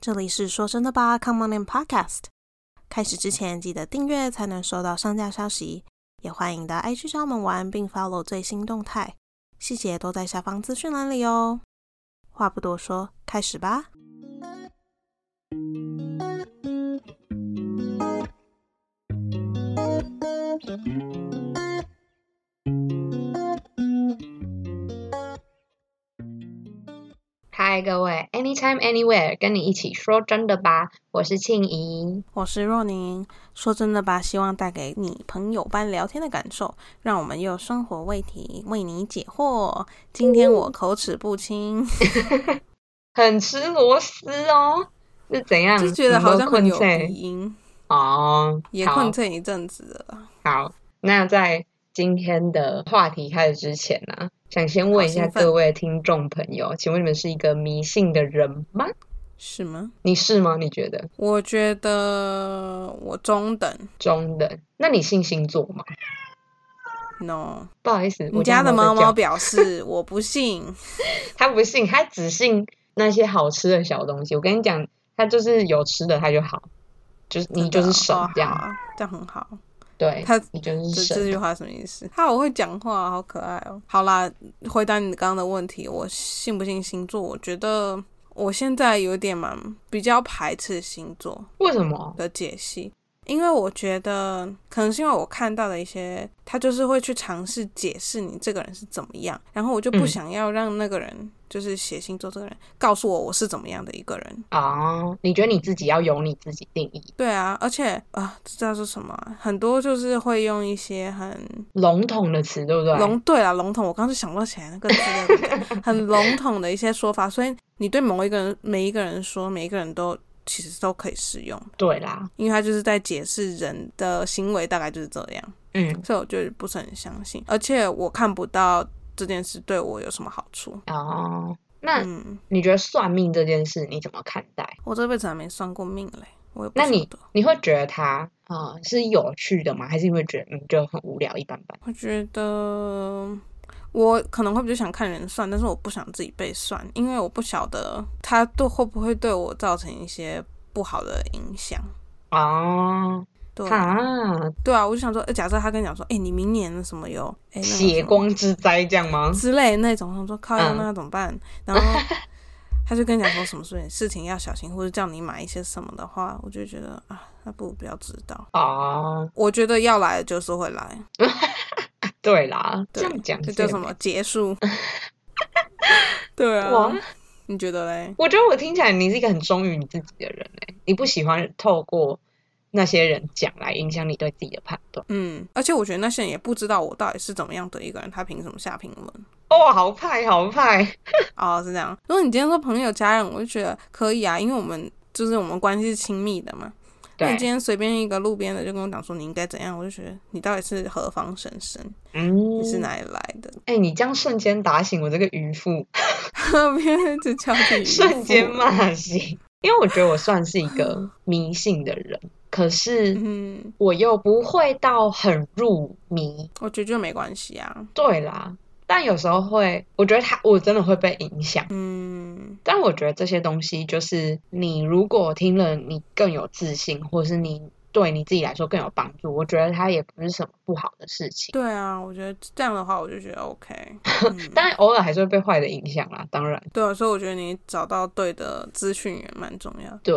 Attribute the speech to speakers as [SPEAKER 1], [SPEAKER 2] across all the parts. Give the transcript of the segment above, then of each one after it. [SPEAKER 1] 这里是说真的吧，Come on in Podcast。开始之前记得订阅才能收到上架消息，也欢迎到 IG 找我们玩，并 follow 最新动态，细节都在下方资讯栏里哦。话不多说，开始吧。
[SPEAKER 2] 嗨，各位，Anytime Anywhere，跟你一起说真的吧，我是庆怡。
[SPEAKER 1] 我是若宁，说真的吧，希望带给你朋友般聊天的感受，让我们用生活为题为你解惑。今天我口齿不清，
[SPEAKER 2] 很吃螺丝哦，是怎样？
[SPEAKER 1] 就觉得好像很有鼻
[SPEAKER 2] 在
[SPEAKER 1] 音，
[SPEAKER 2] 哦，
[SPEAKER 1] 也
[SPEAKER 2] 好
[SPEAKER 1] 困在一阵子了啦。
[SPEAKER 2] 好。那在今天的话题开始之前呢、啊想先问一
[SPEAKER 1] 好
[SPEAKER 2] 下
[SPEAKER 1] 兴奋
[SPEAKER 2] 各位听众朋友，请问你们是一个迷信的人吗？
[SPEAKER 1] 是吗？
[SPEAKER 2] 你是吗？你觉得
[SPEAKER 1] 我觉得我中等
[SPEAKER 2] 中等？那你信星座吗？
[SPEAKER 1] ，no。
[SPEAKER 2] 不好意思，
[SPEAKER 1] 你
[SPEAKER 2] 我
[SPEAKER 1] 家的
[SPEAKER 2] 猫在
[SPEAKER 1] 猫
[SPEAKER 2] 叫
[SPEAKER 1] 猫表示我不 信，
[SPEAKER 2] 他不信，他只信那些好吃的小东西。我跟你讲，他就是有吃的他就好，就是你就是神
[SPEAKER 1] 真的哦
[SPEAKER 2] 这样，
[SPEAKER 1] 好啊这样很好。
[SPEAKER 2] 对，
[SPEAKER 1] 他
[SPEAKER 2] 你就是
[SPEAKER 1] 这这
[SPEAKER 2] 神。
[SPEAKER 1] 句话什么意思？他好会讲话，好可爱哦。好啦，回答你刚刚的问题，我信不信星座？我觉得我现在有点蛮比较排斥星座
[SPEAKER 2] 为什么？
[SPEAKER 1] 的解析，因为我觉得可能是因为我看到的一些，他就是会去尝试解释你这个人是怎么样，然后我就不
[SPEAKER 2] 嗯
[SPEAKER 1] 想要让那个人、就是写星座这个人告诉我我是怎么样的一个人，
[SPEAKER 2] 哦，你觉得你自己要由你自己定义，
[SPEAKER 1] 对啊，而且啊，这叫做什么啊？很多就是会用一些很
[SPEAKER 2] 笼统的词，对不对？
[SPEAKER 1] 笼对啦，笼统。我刚刚就想不起来那个字要怎么 讲，很笼统的一些说法。所以你对某一个人、每一个人说，每一个人都其实都可以适用，
[SPEAKER 2] 对啦，
[SPEAKER 1] 因为他就是在解释人的行为大概就是这样。
[SPEAKER 2] 嗯，
[SPEAKER 1] 所以我就不是很相信，而且我看不到这件事对我有什么好处。
[SPEAKER 2] 哦，那
[SPEAKER 1] 嗯，
[SPEAKER 2] 你觉得算命这件事你怎么看待？
[SPEAKER 1] 我这辈子还没算过命嘞，我也不
[SPEAKER 2] 那
[SPEAKER 1] 晓
[SPEAKER 2] 你
[SPEAKER 1] 得。
[SPEAKER 2] 你会觉得它啊、呃是有趣的吗？还是你会觉得嗯就很无聊一般般？
[SPEAKER 1] 我觉得我可能会比较想看人算，但是我不想自己被算，因为我不晓得他对会不会对我造成一些不好的影响。
[SPEAKER 2] 哦，
[SPEAKER 1] 对
[SPEAKER 2] 啊，
[SPEAKER 1] 对啊，我就想说，呃假设他跟你讲说，哎、你明年什么有哎、那个什
[SPEAKER 2] 血
[SPEAKER 1] 么
[SPEAKER 2] 光之灾这样吗？
[SPEAKER 1] 之类的那种，我想说靠，
[SPEAKER 2] 嗯
[SPEAKER 1] 那怎么办？然 后他就跟你讲说什么事情事情要小心，或者叫你买一些什么的话，我就觉得啊，那不如不要知道。
[SPEAKER 2] 哦，
[SPEAKER 1] 我觉得要来的就是会来，
[SPEAKER 2] 对啦，这
[SPEAKER 1] 对
[SPEAKER 2] 样讲
[SPEAKER 1] 这
[SPEAKER 2] 是
[SPEAKER 1] 叫
[SPEAKER 2] 有
[SPEAKER 1] 什么结 束？对
[SPEAKER 2] 哇
[SPEAKER 1] 啊，你觉得嘞？
[SPEAKER 2] 我觉得我听起来你是一个很忠于你自己的人哎、你不喜欢透过那些人讲来影响你对自己的判断。
[SPEAKER 1] 嗯，而且我觉得那些人也不知道我到底是怎么样的一个人，他凭什么下评论？
[SPEAKER 2] 哦，好派，好派，
[SPEAKER 1] 哦，是这样。如果你今天说朋友、家人，我就觉得可以啊，因为我们就是我们关系是亲密的嘛。那你今
[SPEAKER 2] 对，
[SPEAKER 1] 天随便一个路边的就跟我讲说你应该怎样，我就觉得你到底是何方神圣？
[SPEAKER 2] 嗯，
[SPEAKER 1] 你是？哪里来的？
[SPEAKER 2] 哎、你这样瞬间打醒我这个渔夫，
[SPEAKER 1] 别人只敲你一
[SPEAKER 2] 瞬间
[SPEAKER 1] 副？
[SPEAKER 2] 骂醒，因为我觉得我算是一个迷信的人，可是
[SPEAKER 1] 嗯，
[SPEAKER 2] 我又不会到很入迷，
[SPEAKER 1] 我觉得就没关系啊。
[SPEAKER 2] 对啦，但有时候会，我觉得他我真的会被影响。
[SPEAKER 1] 嗯，
[SPEAKER 2] 但我觉得这些东西就是你如果听了，你更有自信，或是你对你自己来说更有帮助，我觉得它也不是什么不好的事情。
[SPEAKER 1] 对啊，我觉得这样的话我就觉得 OK。嗯
[SPEAKER 2] 当然，偶尔还是会被坏的影响啦，当然，
[SPEAKER 1] 对啊，所以我觉得你找到对的资讯源蛮重要的。
[SPEAKER 2] 对，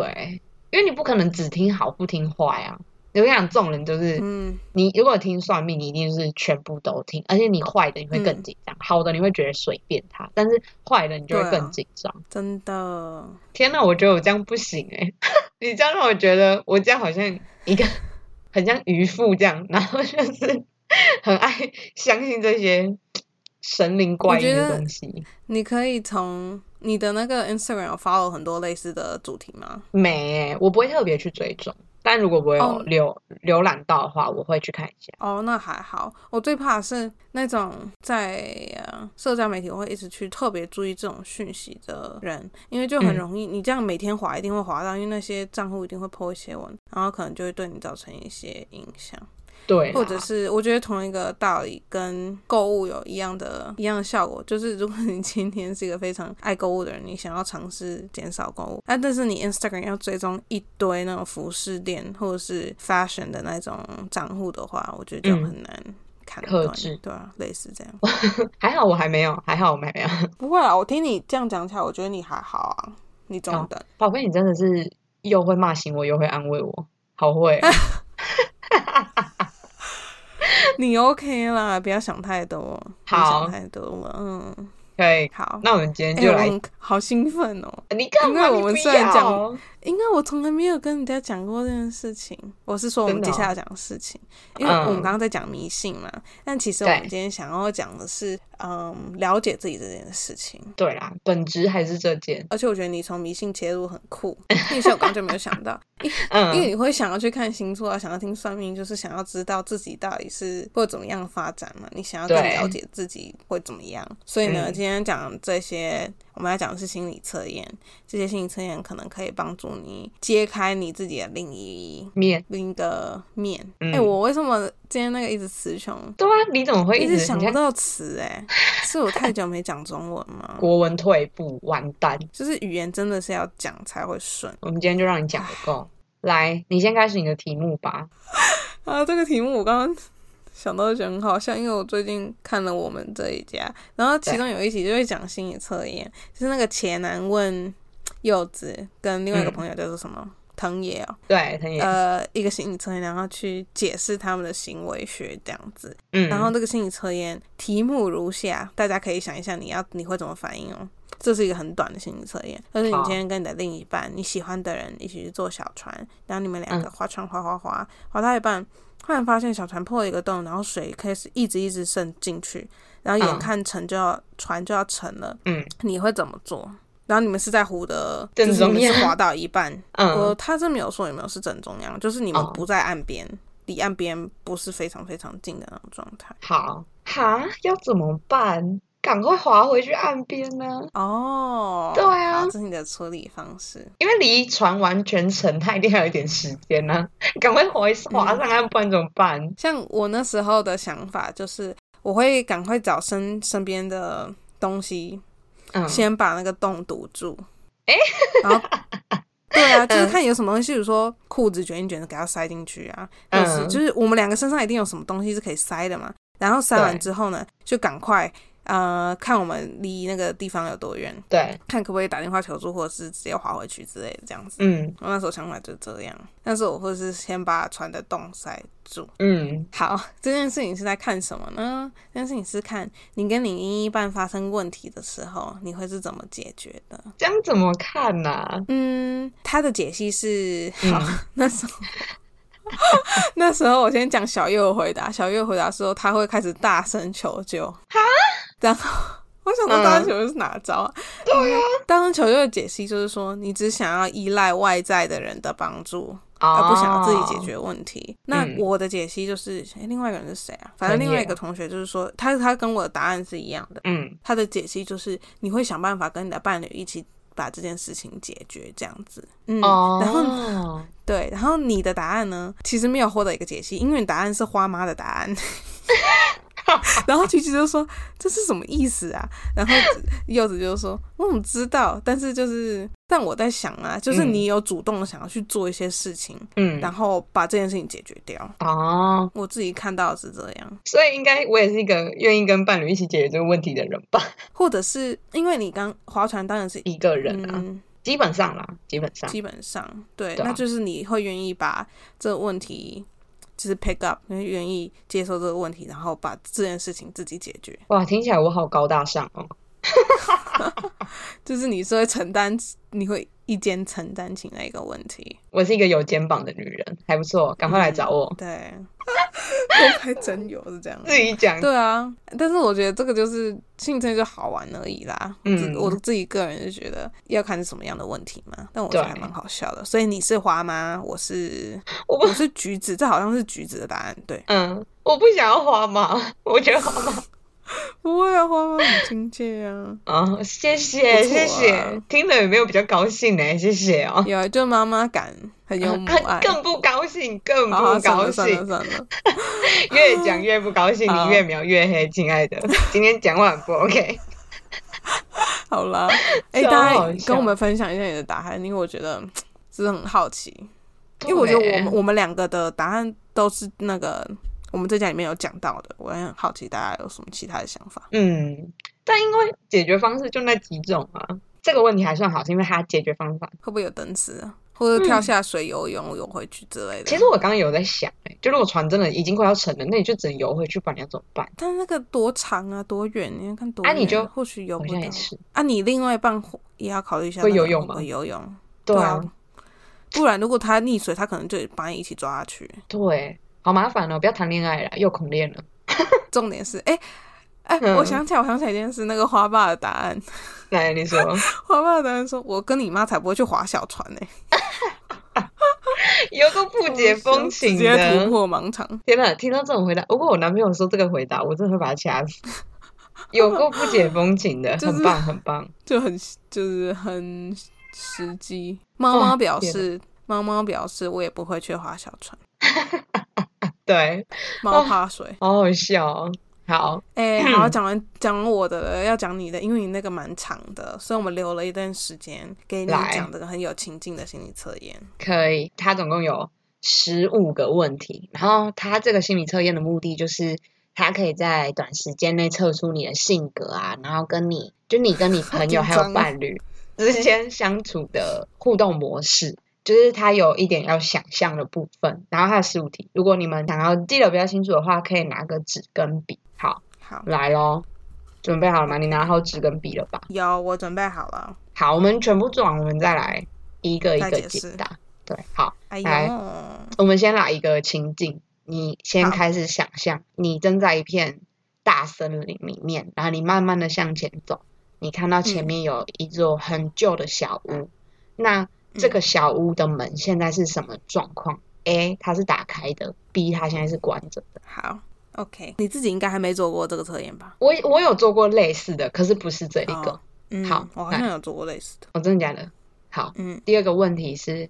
[SPEAKER 2] 因为你不可能只听好不听坏啊。我跟你讲，这种人就是
[SPEAKER 1] 嗯，
[SPEAKER 2] 你，如果听算命，你一定是全部都听，而且你坏的你会更
[SPEAKER 1] 嗯
[SPEAKER 2] 紧张，好的你会觉得随便他，但是坏的你就会
[SPEAKER 1] 对啊
[SPEAKER 2] 更紧张。
[SPEAKER 1] 真的，
[SPEAKER 2] 天呐，我觉得我这样不行哎、 你这样让我觉得我这样好像一个 很像渔夫这样，然后就是 很爱相信这些神灵怪异的东西。
[SPEAKER 1] 你可以从你的那个 Instagram 有 follow 很多类似的主题吗？
[SPEAKER 2] 没欸、我不会特别去追踪，但如果我有
[SPEAKER 1] 哦
[SPEAKER 2] 浏浏览到的话，我会去看一下。
[SPEAKER 1] 哦，那还好。我最怕的是那种在、呃、社交媒体我会一直去特别注意这种讯息的人，因为就很
[SPEAKER 2] 嗯
[SPEAKER 1] 容易，你这样每天滑一定会滑到，因为那些账户一定会 po 一些文，然后可能就会对你造成一些影响。
[SPEAKER 2] 对啦，
[SPEAKER 1] 或者是我觉得同一个道理跟购物有一样的一样的效果，就是如果你今天是一个非常爱购物的人，你想要尝试减少购物，那、啊但是你 Instagram 要追踪一堆那种服饰店或者是 fashion 的那种账户的话，我觉得就
[SPEAKER 2] 嗯
[SPEAKER 1] 很难看
[SPEAKER 2] 克
[SPEAKER 1] 断，
[SPEAKER 2] 制
[SPEAKER 1] 对啊，类似这样。
[SPEAKER 2] 还好我还没有，还好我还没有。
[SPEAKER 1] 不会啦，啊我听你这样讲起来，我觉得你还好啊，你中等。
[SPEAKER 2] 宝贝，你真的是又会骂醒我，又会安慰我，好会 哦、
[SPEAKER 1] 你 OK 啦，不要想太多，不要
[SPEAKER 2] 好
[SPEAKER 1] 想太多了，嗯，
[SPEAKER 2] 可以。
[SPEAKER 1] 好，
[SPEAKER 2] 那我们今天
[SPEAKER 1] 哎
[SPEAKER 2] 就
[SPEAKER 1] 我
[SPEAKER 2] 来，
[SPEAKER 1] 很好兴奋哦，
[SPEAKER 2] 你干嘛？
[SPEAKER 1] 因为
[SPEAKER 2] 你
[SPEAKER 1] 我们
[SPEAKER 2] 不
[SPEAKER 1] 虽然讲
[SPEAKER 2] 要
[SPEAKER 1] 因为我从来没有跟人家讲过这件事情，我是说我们
[SPEAKER 2] 真的
[SPEAKER 1] 接
[SPEAKER 2] 哦
[SPEAKER 1] 下来讲的事情，因为
[SPEAKER 2] 嗯
[SPEAKER 1] 我们刚刚在讲迷信嘛，但其实我们
[SPEAKER 2] 对
[SPEAKER 1] 今天想要讲的是，嗯，了解自己这件事情。
[SPEAKER 2] 对啦，本质还是这件。
[SPEAKER 1] 而且我觉得你从迷信切入很酷， 那些我刚刚就没有想到，因为
[SPEAKER 2] 嗯，
[SPEAKER 1] 你会想要去看星座啊，想要听算命，就是想要知道自己到底是会怎么样发展嘛，你想要更
[SPEAKER 2] 对
[SPEAKER 1] 了解自己会怎么样。所以呢，
[SPEAKER 2] 嗯
[SPEAKER 1] 今天讲这些，我们要讲的是心理测验，这些心理测验可能可以帮助你揭开你自己的另一
[SPEAKER 2] 面
[SPEAKER 1] 另一个面。哎、
[SPEAKER 2] 嗯
[SPEAKER 1] 我为什么今天那个一直词穷？
[SPEAKER 2] 对啊，你怎么会
[SPEAKER 1] 一
[SPEAKER 2] 直
[SPEAKER 1] 直想
[SPEAKER 2] 你
[SPEAKER 1] 不
[SPEAKER 2] 看
[SPEAKER 1] 到词哎、是我太久没讲中文 吗？
[SPEAKER 2] 国文退步，完蛋。
[SPEAKER 1] 就是语言真的是要讲才会顺
[SPEAKER 2] 我们今天就让你讲个够。来，你先开始你的题目吧。
[SPEAKER 1] 啊！这个题目我刚刚想到就觉得很好笑，因为我最近看了我们这一家，然后其中有一题就会讲心理测验，就是那个茄男问柚子跟另外一个
[SPEAKER 2] 嗯
[SPEAKER 1] 朋友叫做什么、藤野哦，
[SPEAKER 2] 对，藤野，
[SPEAKER 1] 呃，一个心理测验，然后去解释他们的行为学这样子。
[SPEAKER 2] 嗯，
[SPEAKER 1] 然后这个心理测验题目如下，大家可以想一下你要你会怎么反应哦。这是一个很短的心理测验，但是你
[SPEAKER 2] 好
[SPEAKER 1] 今天跟你的另一半、你喜欢的人一起去坐小船，然后你们
[SPEAKER 2] 嗯
[SPEAKER 1] 两个划船划划划，划到一半，突然发现小船破了一个洞，然后水开始一直一直渗进去，然后眼
[SPEAKER 2] 嗯
[SPEAKER 1] 看沉就要船就要沉了，
[SPEAKER 2] 嗯，
[SPEAKER 1] 你会怎么做？然后你们是在湖的
[SPEAKER 2] 正
[SPEAKER 1] 就是你们
[SPEAKER 2] 中央
[SPEAKER 1] 是划到一半，我
[SPEAKER 2] 嗯，
[SPEAKER 1] 呃他这没有说有没有是正中央，就是你们
[SPEAKER 2] 哦
[SPEAKER 1] 不在岸边，离岸边不是非常非常近的那种状态。
[SPEAKER 2] 好，哈，要怎么办？赶快划回去岸边呢、
[SPEAKER 1] 哦，
[SPEAKER 2] 对啊
[SPEAKER 1] 好这是你的处理方式。
[SPEAKER 2] 因为离船完全沉，它一定还有一点时间呢、 赶快回划上岸，不然怎么办？
[SPEAKER 1] 像我那时候的想法就是，我会赶快找身身边的东西，
[SPEAKER 2] 嗯，
[SPEAKER 1] 先把那个洞堵住。哎、 然后。对啊，就是
[SPEAKER 2] 嗯
[SPEAKER 1] 看有什么东西，比如说裤子卷一卷的给它塞进去啊，或者是
[SPEAKER 2] 嗯
[SPEAKER 1] 就是我们两个身上一定有什么东西是可以塞的嘛。然后塞完
[SPEAKER 2] 对
[SPEAKER 1] 之后呢，就赶快呃看我们离那个地方有多远，
[SPEAKER 2] 对，
[SPEAKER 1] 看可不可以打电话求助，或者是直接划回去之类的这样子。
[SPEAKER 2] 嗯
[SPEAKER 1] 我那时候想法就是这样，但是我会是先把船的洞塞住。
[SPEAKER 2] 嗯
[SPEAKER 1] 好， 这件事情是在看什么呢？这件事情是看你跟你另一半发生问题的时候，你会是怎么解决的？
[SPEAKER 2] 这样怎么看呢、
[SPEAKER 1] 嗯，他的解析是，
[SPEAKER 2] 嗯
[SPEAKER 1] 好，那时候 那时候我先讲小右的回答，小右的回答说他会开始大声求救，哈，然后。我想说，
[SPEAKER 2] 嗯
[SPEAKER 1] 大声求救是哪招啊？对啊，大声求救的解析就是说，你只想要依赖外在的人的帮助，啊而不想要自己解
[SPEAKER 2] 哦。
[SPEAKER 1] 决问题。那
[SPEAKER 2] 嗯
[SPEAKER 1] 我的解析就是，诶另外一个人是谁啊？反正
[SPEAKER 2] 专
[SPEAKER 1] 另外
[SPEAKER 2] 业
[SPEAKER 1] 一个
[SPEAKER 2] 啊
[SPEAKER 1] 同学就是说，他他跟我的答案是一样的。
[SPEAKER 2] 嗯
[SPEAKER 1] 他的解析就是，你会想办法跟你的伴侣一起把这件事情解决，这样子。嗯，
[SPEAKER 2] 哦，
[SPEAKER 1] 然后对，然后你的答案呢，其实没有获得一个解析，因为你答案是花妈的答案。 然后琪琪就说：“这是什么意思啊？”然后柚子就说：“我怎么知道？但是就是，但我在想啊，就是
[SPEAKER 2] 嗯
[SPEAKER 1] 你有主动想要去做一些事情，
[SPEAKER 2] 嗯
[SPEAKER 1] 然后把这件事情解决掉。
[SPEAKER 2] 哦，
[SPEAKER 1] 我自己看到的是这样，
[SPEAKER 2] 所以应该我也是一个愿意跟伴侣一起解决这个问题的人吧，
[SPEAKER 1] 或者是因为你刚划船，当然是
[SPEAKER 2] 一个人啊，
[SPEAKER 1] 嗯，
[SPEAKER 2] 基本上啦，基本上，
[SPEAKER 1] 基本上对，
[SPEAKER 2] 对啊
[SPEAKER 1] 那就是你会愿意把这个问题就是 pick up，你会愿意接受这个问题，然后把这件事情自己解决，
[SPEAKER 2] 哇，听起来我好高大上哦，
[SPEAKER 1] 就是你是会承担，你会一肩承担起那一个问题。
[SPEAKER 2] 我是一个有肩膀的女人，还不错，赶快来找我，
[SPEAKER 1] 对，我还真有是这样。
[SPEAKER 2] 自己讲，
[SPEAKER 1] 对啊，但是我觉得这个就是性质就好玩而已啦。我自
[SPEAKER 2] 嗯
[SPEAKER 1] 我自己个人就觉得要看是什么样的问题嘛，但我觉得
[SPEAKER 2] 对
[SPEAKER 1] 还蛮好笑的。所以你是花吗？我是
[SPEAKER 2] 我不
[SPEAKER 1] 我是橘子，这好像是橘子的答案。对，
[SPEAKER 2] 嗯，我不想要花嘛，我觉得花嘛
[SPEAKER 1] 不会啊，花花很亲切啊。
[SPEAKER 2] 哦，谢谢
[SPEAKER 1] 不错啊
[SPEAKER 2] 谢谢，听了有没有比较高兴呢？谢谢哦。
[SPEAKER 1] 有啊，就妈妈感很有母
[SPEAKER 2] 啊
[SPEAKER 1] 爱。
[SPEAKER 2] 更不高兴，更
[SPEAKER 1] 好好，
[SPEAKER 2] 不
[SPEAKER 1] 算
[SPEAKER 2] 高
[SPEAKER 1] 了算了
[SPEAKER 2] 兴，
[SPEAKER 1] 算了，
[SPEAKER 2] 越讲越不高兴，
[SPEAKER 1] 好
[SPEAKER 2] 你越描越黑，亲爱的，今天讲话很不 OK。
[SPEAKER 1] 好 啦。哎、
[SPEAKER 2] 超
[SPEAKER 1] 大
[SPEAKER 2] 好
[SPEAKER 1] 家跟我
[SPEAKER 2] 笑
[SPEAKER 1] 们分享一下你的答案，因为我觉得嘖真的很好奇，因为我觉得我们我们两个的答案都是那个我们这家里面有讲到的，我也很好奇大家有什么其他的想法。
[SPEAKER 2] 嗯，但因为解决方式就那几种啊，这个问题还算好，是因为它解决方法。
[SPEAKER 1] 会不会有灯丝啊？或者跳下水游泳游回去之类的？
[SPEAKER 2] 嗯其实我刚刚有在想、欸，就如果船真的已经快要沉了，那你就只能游回去，不然你要怎么办？
[SPEAKER 1] 但那个多长啊，多远？你要看多
[SPEAKER 2] 啊
[SPEAKER 1] 远、
[SPEAKER 2] 你就
[SPEAKER 1] 或许游
[SPEAKER 2] 好
[SPEAKER 1] 不
[SPEAKER 2] 像
[SPEAKER 1] 到
[SPEAKER 2] 也是，
[SPEAKER 1] 啊。你另外一半也要考虑一下
[SPEAKER 2] 会
[SPEAKER 1] 那个
[SPEAKER 2] 游泳
[SPEAKER 1] 会不
[SPEAKER 2] 吗
[SPEAKER 1] 会游泳，
[SPEAKER 2] 对
[SPEAKER 1] 啊
[SPEAKER 2] 啊，。
[SPEAKER 1] 不然，如果他溺水，他可能就把你一起抓下去。
[SPEAKER 2] 对，啊好麻烦哦，不要谈恋爱了，又恐恋了。
[SPEAKER 1] 重点是，哎、哎、
[SPEAKER 2] 嗯
[SPEAKER 1] 我想起来，我想起来一件事，那个花爸的答案，
[SPEAKER 2] 来，你说，
[SPEAKER 1] 花爸的答案说：“我跟你妈才不会去划小船呢、
[SPEAKER 2] 有个不解风情
[SPEAKER 1] 哦直接 突
[SPEAKER 2] 的。
[SPEAKER 1] 破盲肠。
[SPEAKER 2] 天哪，听到这种回答，如果我男朋友说这个回答，我真的会把他掐死。有够不解风情 的，
[SPEAKER 1] 就是
[SPEAKER 2] 很棒，很棒。
[SPEAKER 1] 就很就是很实际。猫猫表示，猫猫表示，我也不会去划小船，
[SPEAKER 2] 对，
[SPEAKER 1] 猫怕水。
[SPEAKER 2] 好好笑哦。好，
[SPEAKER 1] 哎、好，讲完讲我的了，要讲你的，因为你那个蛮长的，所以我们留了一段时间给你
[SPEAKER 2] 来
[SPEAKER 1] 讲这个很有情境的心理测验。
[SPEAKER 2] 可以，它总共有十五个问题，然后它这个心理测验的目的就是，它可以在短时间内测出你的性格啊，然后跟你就你跟你朋友
[SPEAKER 1] 紧
[SPEAKER 2] 还有
[SPEAKER 1] 张哦
[SPEAKER 2] 伴侣之间相处的互动模式。就是它有一点要想象的部分，然后它有十五题，如果你们想要记得比较清楚的话，可以拿个纸跟笔。好，
[SPEAKER 1] 好，
[SPEAKER 2] 来咯，准备好了吗？你拿好纸跟笔了吧？
[SPEAKER 1] 有我准备好了。
[SPEAKER 2] 好，我们全部做完，我们再来一个一
[SPEAKER 1] 再
[SPEAKER 2] 个
[SPEAKER 1] 解
[SPEAKER 2] 解
[SPEAKER 1] 释
[SPEAKER 2] 答。对，好，
[SPEAKER 1] 哎
[SPEAKER 2] 来
[SPEAKER 1] 呦，
[SPEAKER 2] 我们先来一个情境，你
[SPEAKER 1] 好
[SPEAKER 2] 先开始想象，你正在一片大森林里面，然后你慢慢的向前走，你看到前
[SPEAKER 1] 嗯
[SPEAKER 2] 面有一座很旧的小屋，那这个小屋的门现在是什么状况？A. 它是打开的，B. 它现在是关着的。
[SPEAKER 1] 好，OK，你自己应该还没做过这个测验吧？
[SPEAKER 2] 我我有做过类似的，可是不是这一个。
[SPEAKER 1] 哦嗯，
[SPEAKER 2] 好
[SPEAKER 1] 我好
[SPEAKER 2] 来
[SPEAKER 1] 像有做过类似的。
[SPEAKER 2] 哦，真的假的？好，
[SPEAKER 1] 嗯，
[SPEAKER 2] 第二个问题是，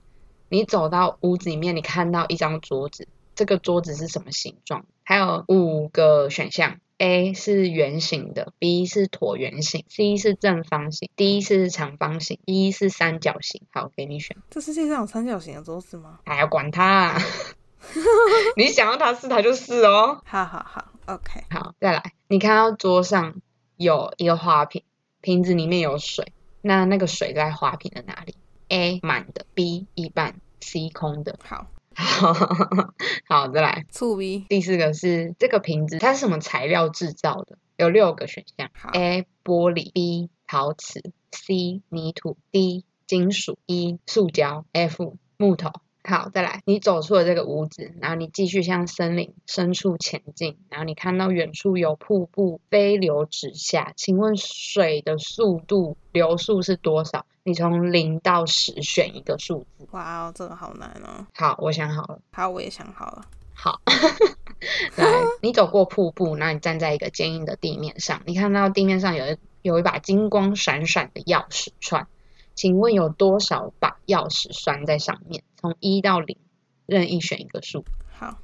[SPEAKER 2] 你走到屋子里面，你看到一张桌子，这个桌子是什么形状？还有五个选项：A 是圆形的，B 是椭圆形，C 是正方形，D 是长方形，E 是三角形。好，给你选，
[SPEAKER 1] 这世界上有三角形的桌子吗？
[SPEAKER 2] 哎呀，管它啊， 你想要它是它就是哦。
[SPEAKER 1] 好好好，OK，
[SPEAKER 2] 好，再来，你看到桌上有一个花瓶，瓶子里面有水，那那个水在花瓶的哪里？A 满的，B 一半，C 空的。
[SPEAKER 1] 好，
[SPEAKER 2] 好， 好，再来，
[SPEAKER 1] 醋 B，
[SPEAKER 2] 第四个是这个瓶子它是什么材料制造的？有六个选项
[SPEAKER 1] 好
[SPEAKER 2] ：A 玻璃，B 陶瓷，C 泥土，D 金属，E 塑胶，F 木头。好，再来，你走出了这个屋子，然后你继续向森林深处前进，然后你看到远处有瀑布飞流直下，请问水的速度流速是多少？你从零到十选一个数字。
[SPEAKER 1] 哇哦，这个好难哦。
[SPEAKER 2] 好，我想好了。
[SPEAKER 1] 好，我也想好了。
[SPEAKER 2] 好，来，你走过瀑布，那你站在一个坚硬的地面上，你看到地面上有一有一把金光闪闪的钥匙串，请问有多少把钥匙拴在上面？从一到零，任意选一个数。
[SPEAKER 1] 好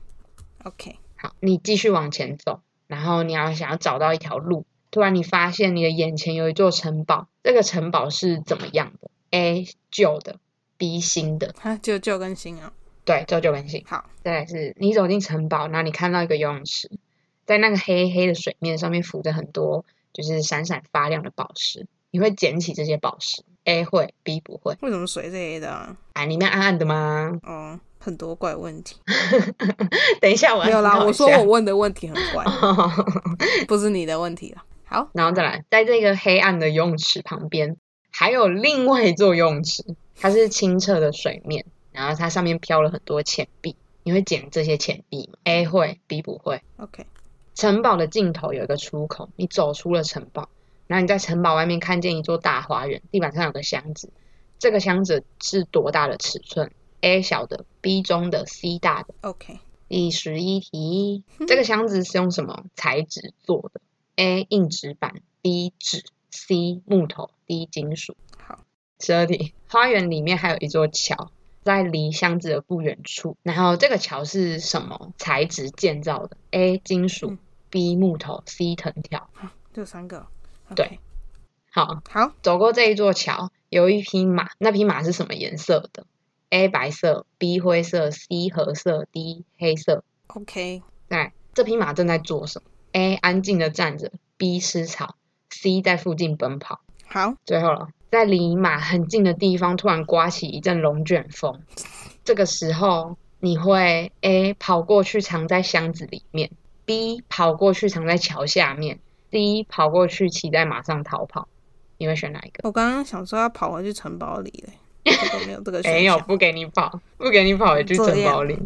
[SPEAKER 1] ，OK，
[SPEAKER 2] 好，你继续往前走，然后你要想要找到一条路，突然你发现你的眼前有一座城堡，这个城堡是怎么样的？A 旧的，B 新的，
[SPEAKER 1] 哈，就就跟新啊。
[SPEAKER 2] 对，这就更新。
[SPEAKER 1] 好，
[SPEAKER 2] 再来是你走进城堡，然后你看到一个游泳池，在那个黑黑的水面上面浮着很多就是闪闪发亮的宝石，你会捡起这些宝石？A 会，B 不会。
[SPEAKER 1] 为什么水是黑的啊？
[SPEAKER 2] 啊，里面暗暗的吗？
[SPEAKER 1] 哦，很多怪问题。
[SPEAKER 2] 等一下我要
[SPEAKER 1] 没有啦，
[SPEAKER 2] 思考
[SPEAKER 1] 我
[SPEAKER 2] 一
[SPEAKER 1] 说
[SPEAKER 2] 下
[SPEAKER 1] 我。问的问题很 怪，不是你的问题了。好，
[SPEAKER 2] 然后再来，在这个黑暗的游泳池旁边，还有另外一座游泳池，它是清澈的水面，然后它上面飘了很多钱币。你会捡这些钱币吗？A 会，B 不会。
[SPEAKER 1] OK，
[SPEAKER 2] 城堡的尽头有一个出口，你走出了城堡，然后你在城堡外面看见一座大花园，地板上有个箱子，这个箱子是多大的尺寸？A 小的，B 中的，C 大的。
[SPEAKER 1] OK，
[SPEAKER 2] 第十一题，这个箱子是用什么材质做的 A 硬纸板，B 纸，C 木头，D 金属。
[SPEAKER 1] 好，
[SPEAKER 2] 十二题。花园里面还有一座桥，在离箱子的不远处。然后这个桥是什么材质建造的？A 金属
[SPEAKER 1] 嗯
[SPEAKER 2] ，B 木头，C 藤条。
[SPEAKER 1] 就三个。
[SPEAKER 2] 对
[SPEAKER 1] OK，
[SPEAKER 2] 好，
[SPEAKER 1] 好，
[SPEAKER 2] 走过这一座桥，有一匹马，那匹马是什么颜色的？A 白色，B 灰色，C 褐色，D 黑色。
[SPEAKER 1] OK，
[SPEAKER 2] 再来，这匹马正在做什么？A 安静的站着，B 吃草，C 在附近奔跑。
[SPEAKER 1] 好，
[SPEAKER 2] 最后了，在离马很近的地方突然刮起一阵龙卷风，这个时候你会 A 跑过去藏在箱子里面，B 跑过去藏在桥下面，C 跑过去骑在马上逃跑。你会选哪一个？
[SPEAKER 1] 我刚刚想说要跑回去城堡里嘞，结 果没有这个选项，
[SPEAKER 2] 没有，不给你跑，不给你跑回去
[SPEAKER 1] 作
[SPEAKER 2] 城
[SPEAKER 1] 业
[SPEAKER 2] 堡里，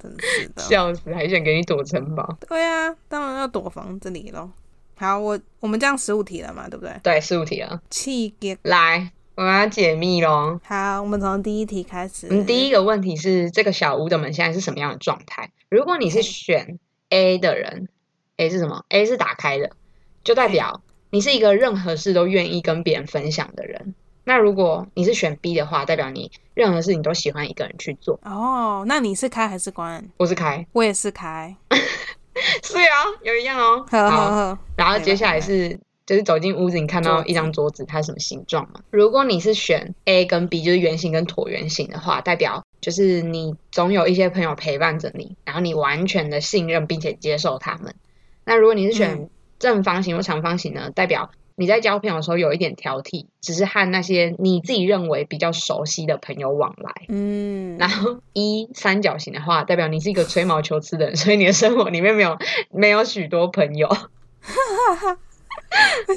[SPEAKER 1] 真是的。
[SPEAKER 2] 笑死，还想给你躲城堡。
[SPEAKER 1] 对啊，当然要躲房子里喽。好，我我们这样十五题了嘛，对不对？
[SPEAKER 2] 对，十五题了，
[SPEAKER 1] 气给
[SPEAKER 2] 来，我们要解密喽。
[SPEAKER 1] 好，我们从第一题开始。
[SPEAKER 2] 嗯，第一个问题是这个小屋的门现在是什么样的状态？如果你是
[SPEAKER 1] 嘿
[SPEAKER 2] 选 A 的人，A 是什么？A 是打开的，就代表你是一个任何事都愿意跟别人分享的人。那如果你是选 B 的话，代表你任何事你都喜欢一个人去做。
[SPEAKER 1] 哦，那你是开还是关？
[SPEAKER 2] 我是开，
[SPEAKER 1] 我也是开。
[SPEAKER 2] 是啊，有一样哦。
[SPEAKER 1] 呵呵
[SPEAKER 2] 好，
[SPEAKER 1] 呵，
[SPEAKER 2] 然后
[SPEAKER 1] 明白
[SPEAKER 2] 接下来
[SPEAKER 1] 明白
[SPEAKER 2] 是就是走进屋子，你看到
[SPEAKER 1] 桌子
[SPEAKER 2] 一张桌子，它是什么形状嘛？如果你是选 A 跟 B，就是圆形跟椭圆形的话，代表就是你总有一些朋友陪伴着你，然后你完全的信任并且接受他们。那如果你是选
[SPEAKER 1] 嗯
[SPEAKER 2] 正方形或长方形呢，代表你在交朋友的时候有一点挑剔，只是和那些你自己认为比较熟悉的朋友往来。
[SPEAKER 1] 嗯，
[SPEAKER 2] 然后一三角形的话，代表你是一个吹毛求疵的人，所以你的生活里面没有没有许多朋友。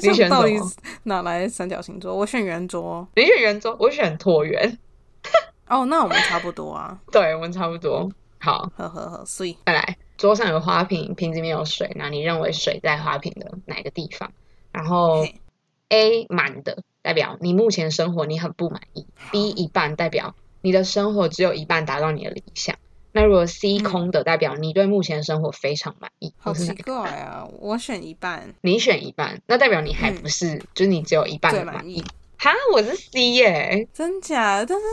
[SPEAKER 2] 你选什么
[SPEAKER 1] 到底是哪来的三角形桌？我选圆桌。
[SPEAKER 2] 你选圆桌，我选椭圆，
[SPEAKER 1] 哦，那我们差不多啊。
[SPEAKER 2] 对我们差不多。
[SPEAKER 1] 嗯
[SPEAKER 2] 好，
[SPEAKER 1] 呵呵呵，所以
[SPEAKER 2] 再来，桌上有花瓶，瓶子里面有水，那你认为水在花瓶的哪个地方？然后
[SPEAKER 1] 嘿
[SPEAKER 2] A 满的代表你目前生活你很不满意，B 一半代表你的生活只有一半达到你的理想。那如果 C
[SPEAKER 1] 嗯
[SPEAKER 2] 空的，代表你对目前生活非常满意。
[SPEAKER 1] 好
[SPEAKER 2] 你是
[SPEAKER 1] 奇
[SPEAKER 2] 哪个
[SPEAKER 1] 怪啊，我选一半，
[SPEAKER 2] 你选一半，那代表你还
[SPEAKER 1] 嗯
[SPEAKER 2] 不是，就是你只有一半
[SPEAKER 1] 最
[SPEAKER 2] 的
[SPEAKER 1] 满
[SPEAKER 2] 满
[SPEAKER 1] 意
[SPEAKER 2] 意。哈，我是 C 耶、
[SPEAKER 1] 真假？但是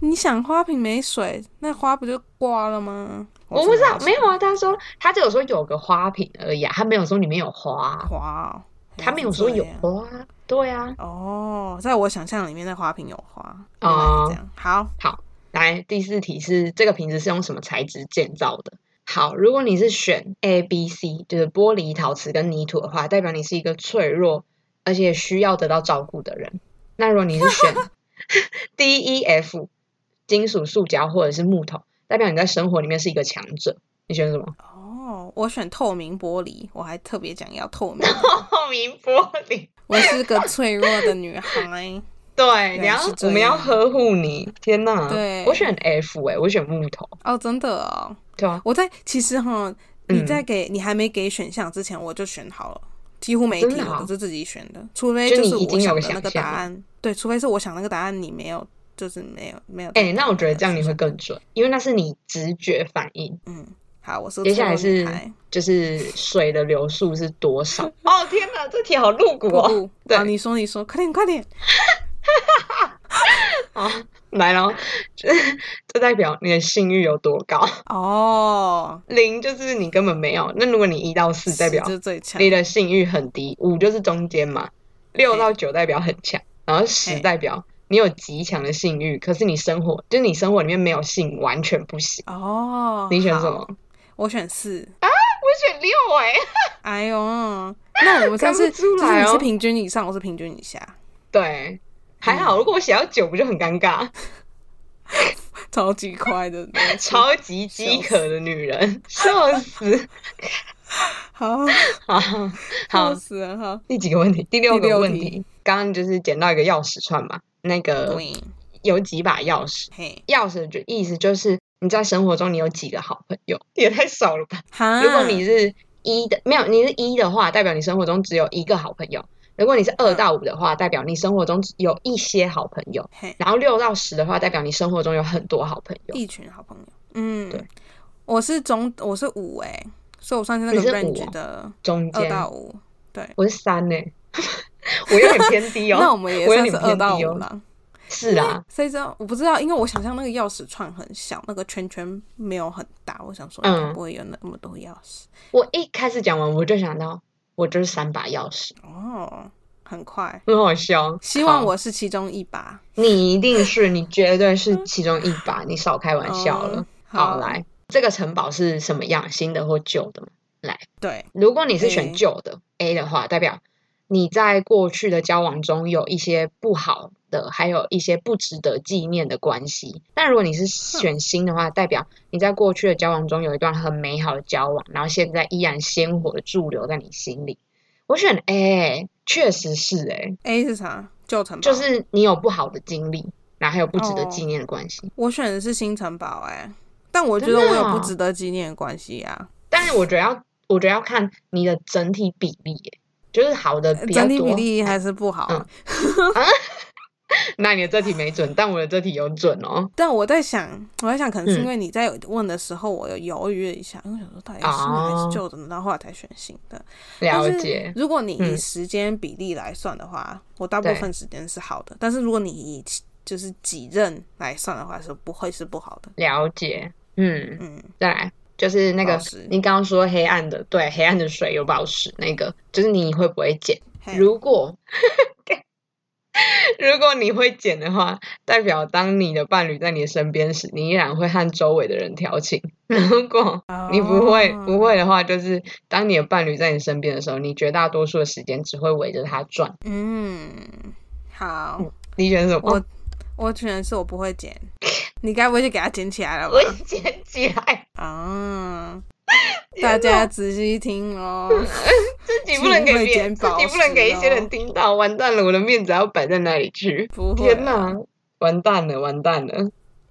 [SPEAKER 1] 你想花瓶没水，那花不就挂了吗？
[SPEAKER 2] 我不知道，没有
[SPEAKER 1] 啊。
[SPEAKER 2] 啊。他说他只有说有个花瓶而已啊，他没有说里面有花，啊
[SPEAKER 1] 花、哦，
[SPEAKER 2] 他没有
[SPEAKER 1] 原来是
[SPEAKER 2] 说
[SPEAKER 1] 这
[SPEAKER 2] 有
[SPEAKER 1] 样
[SPEAKER 2] 花。对啊，
[SPEAKER 1] 哦，在我想象里面，那花瓶有花，
[SPEAKER 2] 哦
[SPEAKER 1] 原来是这样。好，
[SPEAKER 2] 来第四题是这个瓶子是用什么材质建造的？好，如果你是选 A、B、C，就是玻璃、陶瓷跟泥土的话，代表你是一个脆弱而且需要得到照顾的人。那如果你是选 D、E、F，金属、塑胶或者是木头，代表你在生活里面是一个强者。你选什么？
[SPEAKER 1] 哦，我选透明玻璃，我还特别讲要透明。
[SPEAKER 2] 透明玻璃。
[SPEAKER 1] 我是个脆弱的女孩，
[SPEAKER 2] 对，你
[SPEAKER 1] 原来
[SPEAKER 2] 要
[SPEAKER 1] 是
[SPEAKER 2] 我
[SPEAKER 1] 这
[SPEAKER 2] 们要
[SPEAKER 1] 样
[SPEAKER 2] 呵护你。天哪，
[SPEAKER 1] 对
[SPEAKER 2] 我选 F 哎、我选木头。
[SPEAKER 1] 哦，真的哦。
[SPEAKER 2] 对啊，
[SPEAKER 1] 我在其实哈，你
[SPEAKER 2] 嗯
[SPEAKER 1] 在给、你还没给选项之前，我就选好了，几乎每一
[SPEAKER 2] 真
[SPEAKER 1] 题
[SPEAKER 2] 的
[SPEAKER 1] 我
[SPEAKER 2] 哦
[SPEAKER 1] 都是自己选的，除非
[SPEAKER 2] 就你
[SPEAKER 1] 是
[SPEAKER 2] 已
[SPEAKER 1] 我
[SPEAKER 2] 经有
[SPEAKER 1] 想
[SPEAKER 2] 个
[SPEAKER 1] 的那
[SPEAKER 2] 想
[SPEAKER 1] 个
[SPEAKER 2] 象
[SPEAKER 1] 答
[SPEAKER 2] 了
[SPEAKER 1] 案，对，除非是我想那个答案你没有，就是没有没有。
[SPEAKER 2] 哎、那我觉得这样你会
[SPEAKER 1] 更
[SPEAKER 2] 更准，因为那是你直觉反应。
[SPEAKER 1] 嗯，好，我是
[SPEAKER 2] 接下来
[SPEAKER 1] 个脆弱女
[SPEAKER 2] 是
[SPEAKER 1] 孩
[SPEAKER 2] 就是水的流速是多少？ 哦天哪，这题好露骨
[SPEAKER 1] 不
[SPEAKER 2] 哦！
[SPEAKER 1] 不，
[SPEAKER 2] 对
[SPEAKER 1] 好，你说你说，快点快点，
[SPEAKER 2] 啊， 来咯，这这代表你的性欲有多高？
[SPEAKER 1] 哦，
[SPEAKER 2] 零就是你根本没有。那如果你一到四，代表
[SPEAKER 1] 就是最强
[SPEAKER 2] 你的性欲很低，五就是中间嘛，六到九代表很强，然后十
[SPEAKER 1] 嘿
[SPEAKER 2] 代表你有极强的性欲，可是你生活就是你生活里面没有性，完全不行。
[SPEAKER 1] 哦。
[SPEAKER 2] 你选
[SPEAKER 1] 好
[SPEAKER 2] 什么？？
[SPEAKER 1] 我选四。
[SPEAKER 2] 我选六哎、
[SPEAKER 1] 哎呦， 那我们算
[SPEAKER 2] 看
[SPEAKER 1] 是
[SPEAKER 2] 不出
[SPEAKER 1] 就是
[SPEAKER 2] 来哦
[SPEAKER 1] 你是平均以上，我是平均以下，
[SPEAKER 2] 对，还
[SPEAKER 1] 嗯
[SPEAKER 2] 好，如果我写到九，不就很尴尬？
[SPEAKER 1] 超级快 的，没错
[SPEAKER 2] 超级饥渴的女人，笑死！
[SPEAKER 1] 好，
[SPEAKER 2] 好
[SPEAKER 1] 笑
[SPEAKER 2] 好，
[SPEAKER 1] 死了哈。
[SPEAKER 2] 第几个问题？第六
[SPEAKER 1] 第
[SPEAKER 2] 个
[SPEAKER 1] 六
[SPEAKER 2] 问
[SPEAKER 1] 题
[SPEAKER 2] 题。刚刚就是捡到一个钥匙串嘛，那个
[SPEAKER 1] 对，
[SPEAKER 2] 有几把钥匙？
[SPEAKER 1] 嘿，
[SPEAKER 2] 钥匙就意思就是你在生活中你有几个好朋友，也太少了吧？
[SPEAKER 1] 哈，
[SPEAKER 2] 如果你是一的，没有你是一的话，代表你生活中只有一个好朋友；如果你是二到五的话，代表你生活中只有一些好朋友；
[SPEAKER 1] 嘿
[SPEAKER 2] 然后六到十的话，代表你生活中有很多好朋友。
[SPEAKER 1] 一群好朋友，嗯，
[SPEAKER 2] 对，
[SPEAKER 1] 我是中，我是五哎，所以我算是那
[SPEAKER 2] 你
[SPEAKER 1] 个
[SPEAKER 2] 是五
[SPEAKER 1] range
[SPEAKER 2] 哦
[SPEAKER 1] 的
[SPEAKER 2] 中
[SPEAKER 1] 二
[SPEAKER 2] 间
[SPEAKER 1] 到五，对，
[SPEAKER 2] 我是三呢、 我有点偏低哦。
[SPEAKER 1] 那我们也
[SPEAKER 2] 我有
[SPEAKER 1] 算
[SPEAKER 2] 点
[SPEAKER 1] 是二
[SPEAKER 2] 偏
[SPEAKER 1] 到
[SPEAKER 2] 低
[SPEAKER 1] 五
[SPEAKER 2] 哦。
[SPEAKER 1] 了。
[SPEAKER 2] 是啊，
[SPEAKER 1] 所以这样我不知道，因为我想象那个钥匙串很小，那个圈圈没有很大，我想说应该
[SPEAKER 2] 嗯
[SPEAKER 1] 不会有那么多钥匙。
[SPEAKER 2] 我一开始讲完我就想到，我就是三把钥匙，
[SPEAKER 1] 哦，很快，
[SPEAKER 2] 很好笑。
[SPEAKER 1] 希望
[SPEAKER 2] 好
[SPEAKER 1] 我是其中一把。
[SPEAKER 2] 你一定是，你绝对是其中一把，你少开玩笑了。
[SPEAKER 1] 嗯
[SPEAKER 2] 好，，来，这个城堡是什么样？新的或旧的吗？
[SPEAKER 1] 对，
[SPEAKER 2] 如果你是选
[SPEAKER 1] A
[SPEAKER 2] 旧的 A 的话，代表你在过去的交往中有一些不好的，还有一些不值得纪念的关系。但如果你是选新的话，代表你在过去的交往中有一段很美好的交往，然后现在依然鲜活的驻留在你心里。我选 A，确实是哎、
[SPEAKER 1] A 是啥？旧城堡，
[SPEAKER 2] 就是你有不好的经历，然后还有不值得
[SPEAKER 1] 哦
[SPEAKER 2] 纪念的关系。
[SPEAKER 1] 我选的是新城堡、哎，但我觉
[SPEAKER 2] 真
[SPEAKER 1] 得
[SPEAKER 2] 的
[SPEAKER 1] 我有不
[SPEAKER 2] 哦
[SPEAKER 1] 值得纪念的关系啊，
[SPEAKER 2] 但是我觉得要，我觉得要看你的整体比例、欸，就是好的比较
[SPEAKER 1] 整
[SPEAKER 2] 多。嗯
[SPEAKER 1] 体比例还是不好啊、
[SPEAKER 2] 那你的这题没准，但我的这题有准哦。
[SPEAKER 1] 但我在想，我在想，可能是因
[SPEAKER 2] 嗯
[SPEAKER 1] 为你在问的时候，我有犹豫了一下，因为我想说到底是新的还
[SPEAKER 2] 哦
[SPEAKER 1] 是旧的呢，然后后来才选新的。
[SPEAKER 2] 了
[SPEAKER 1] 但是
[SPEAKER 2] 解，
[SPEAKER 1] 如果你以
[SPEAKER 2] 嗯
[SPEAKER 1] 时间比例来算的话，我大部
[SPEAKER 2] 对
[SPEAKER 1] 分时间是好的，但是如果你以就是几任来算的话，是不会是不好的。
[SPEAKER 2] 了解。嗯，
[SPEAKER 1] 嗯，
[SPEAKER 2] 再来就是那
[SPEAKER 1] 宝
[SPEAKER 2] 个
[SPEAKER 1] 石
[SPEAKER 2] 你刚刚说黑暗的，对，黑暗的水有宝石，那个就是你会不会捡？
[SPEAKER 1] 嘿
[SPEAKER 2] 如果 如果你会捡的话，代表当你的伴侣在你身边时，你依然会和周围的人调情。 如果你不会
[SPEAKER 1] 哦
[SPEAKER 2] 不会，的话，就是当你的伴侣在你身边的时候，你绝大多数的时间只会围着他转。
[SPEAKER 1] 嗯，好，
[SPEAKER 2] 你选什么？
[SPEAKER 1] 我我选的是我不会捡，你该不会就给它捡起来了吧
[SPEAKER 2] 我？捡起来，
[SPEAKER 1] 啊，大家仔细听 哦。
[SPEAKER 2] 自己不能给别人，
[SPEAKER 1] 请
[SPEAKER 2] 自
[SPEAKER 1] 会捡宝
[SPEAKER 2] 己不能给一些
[SPEAKER 1] 石哦
[SPEAKER 2] 人听到，完蛋了，我的面子要摆在哪里去？
[SPEAKER 1] 不会啊，
[SPEAKER 2] 天哪，完蛋了，完蛋了！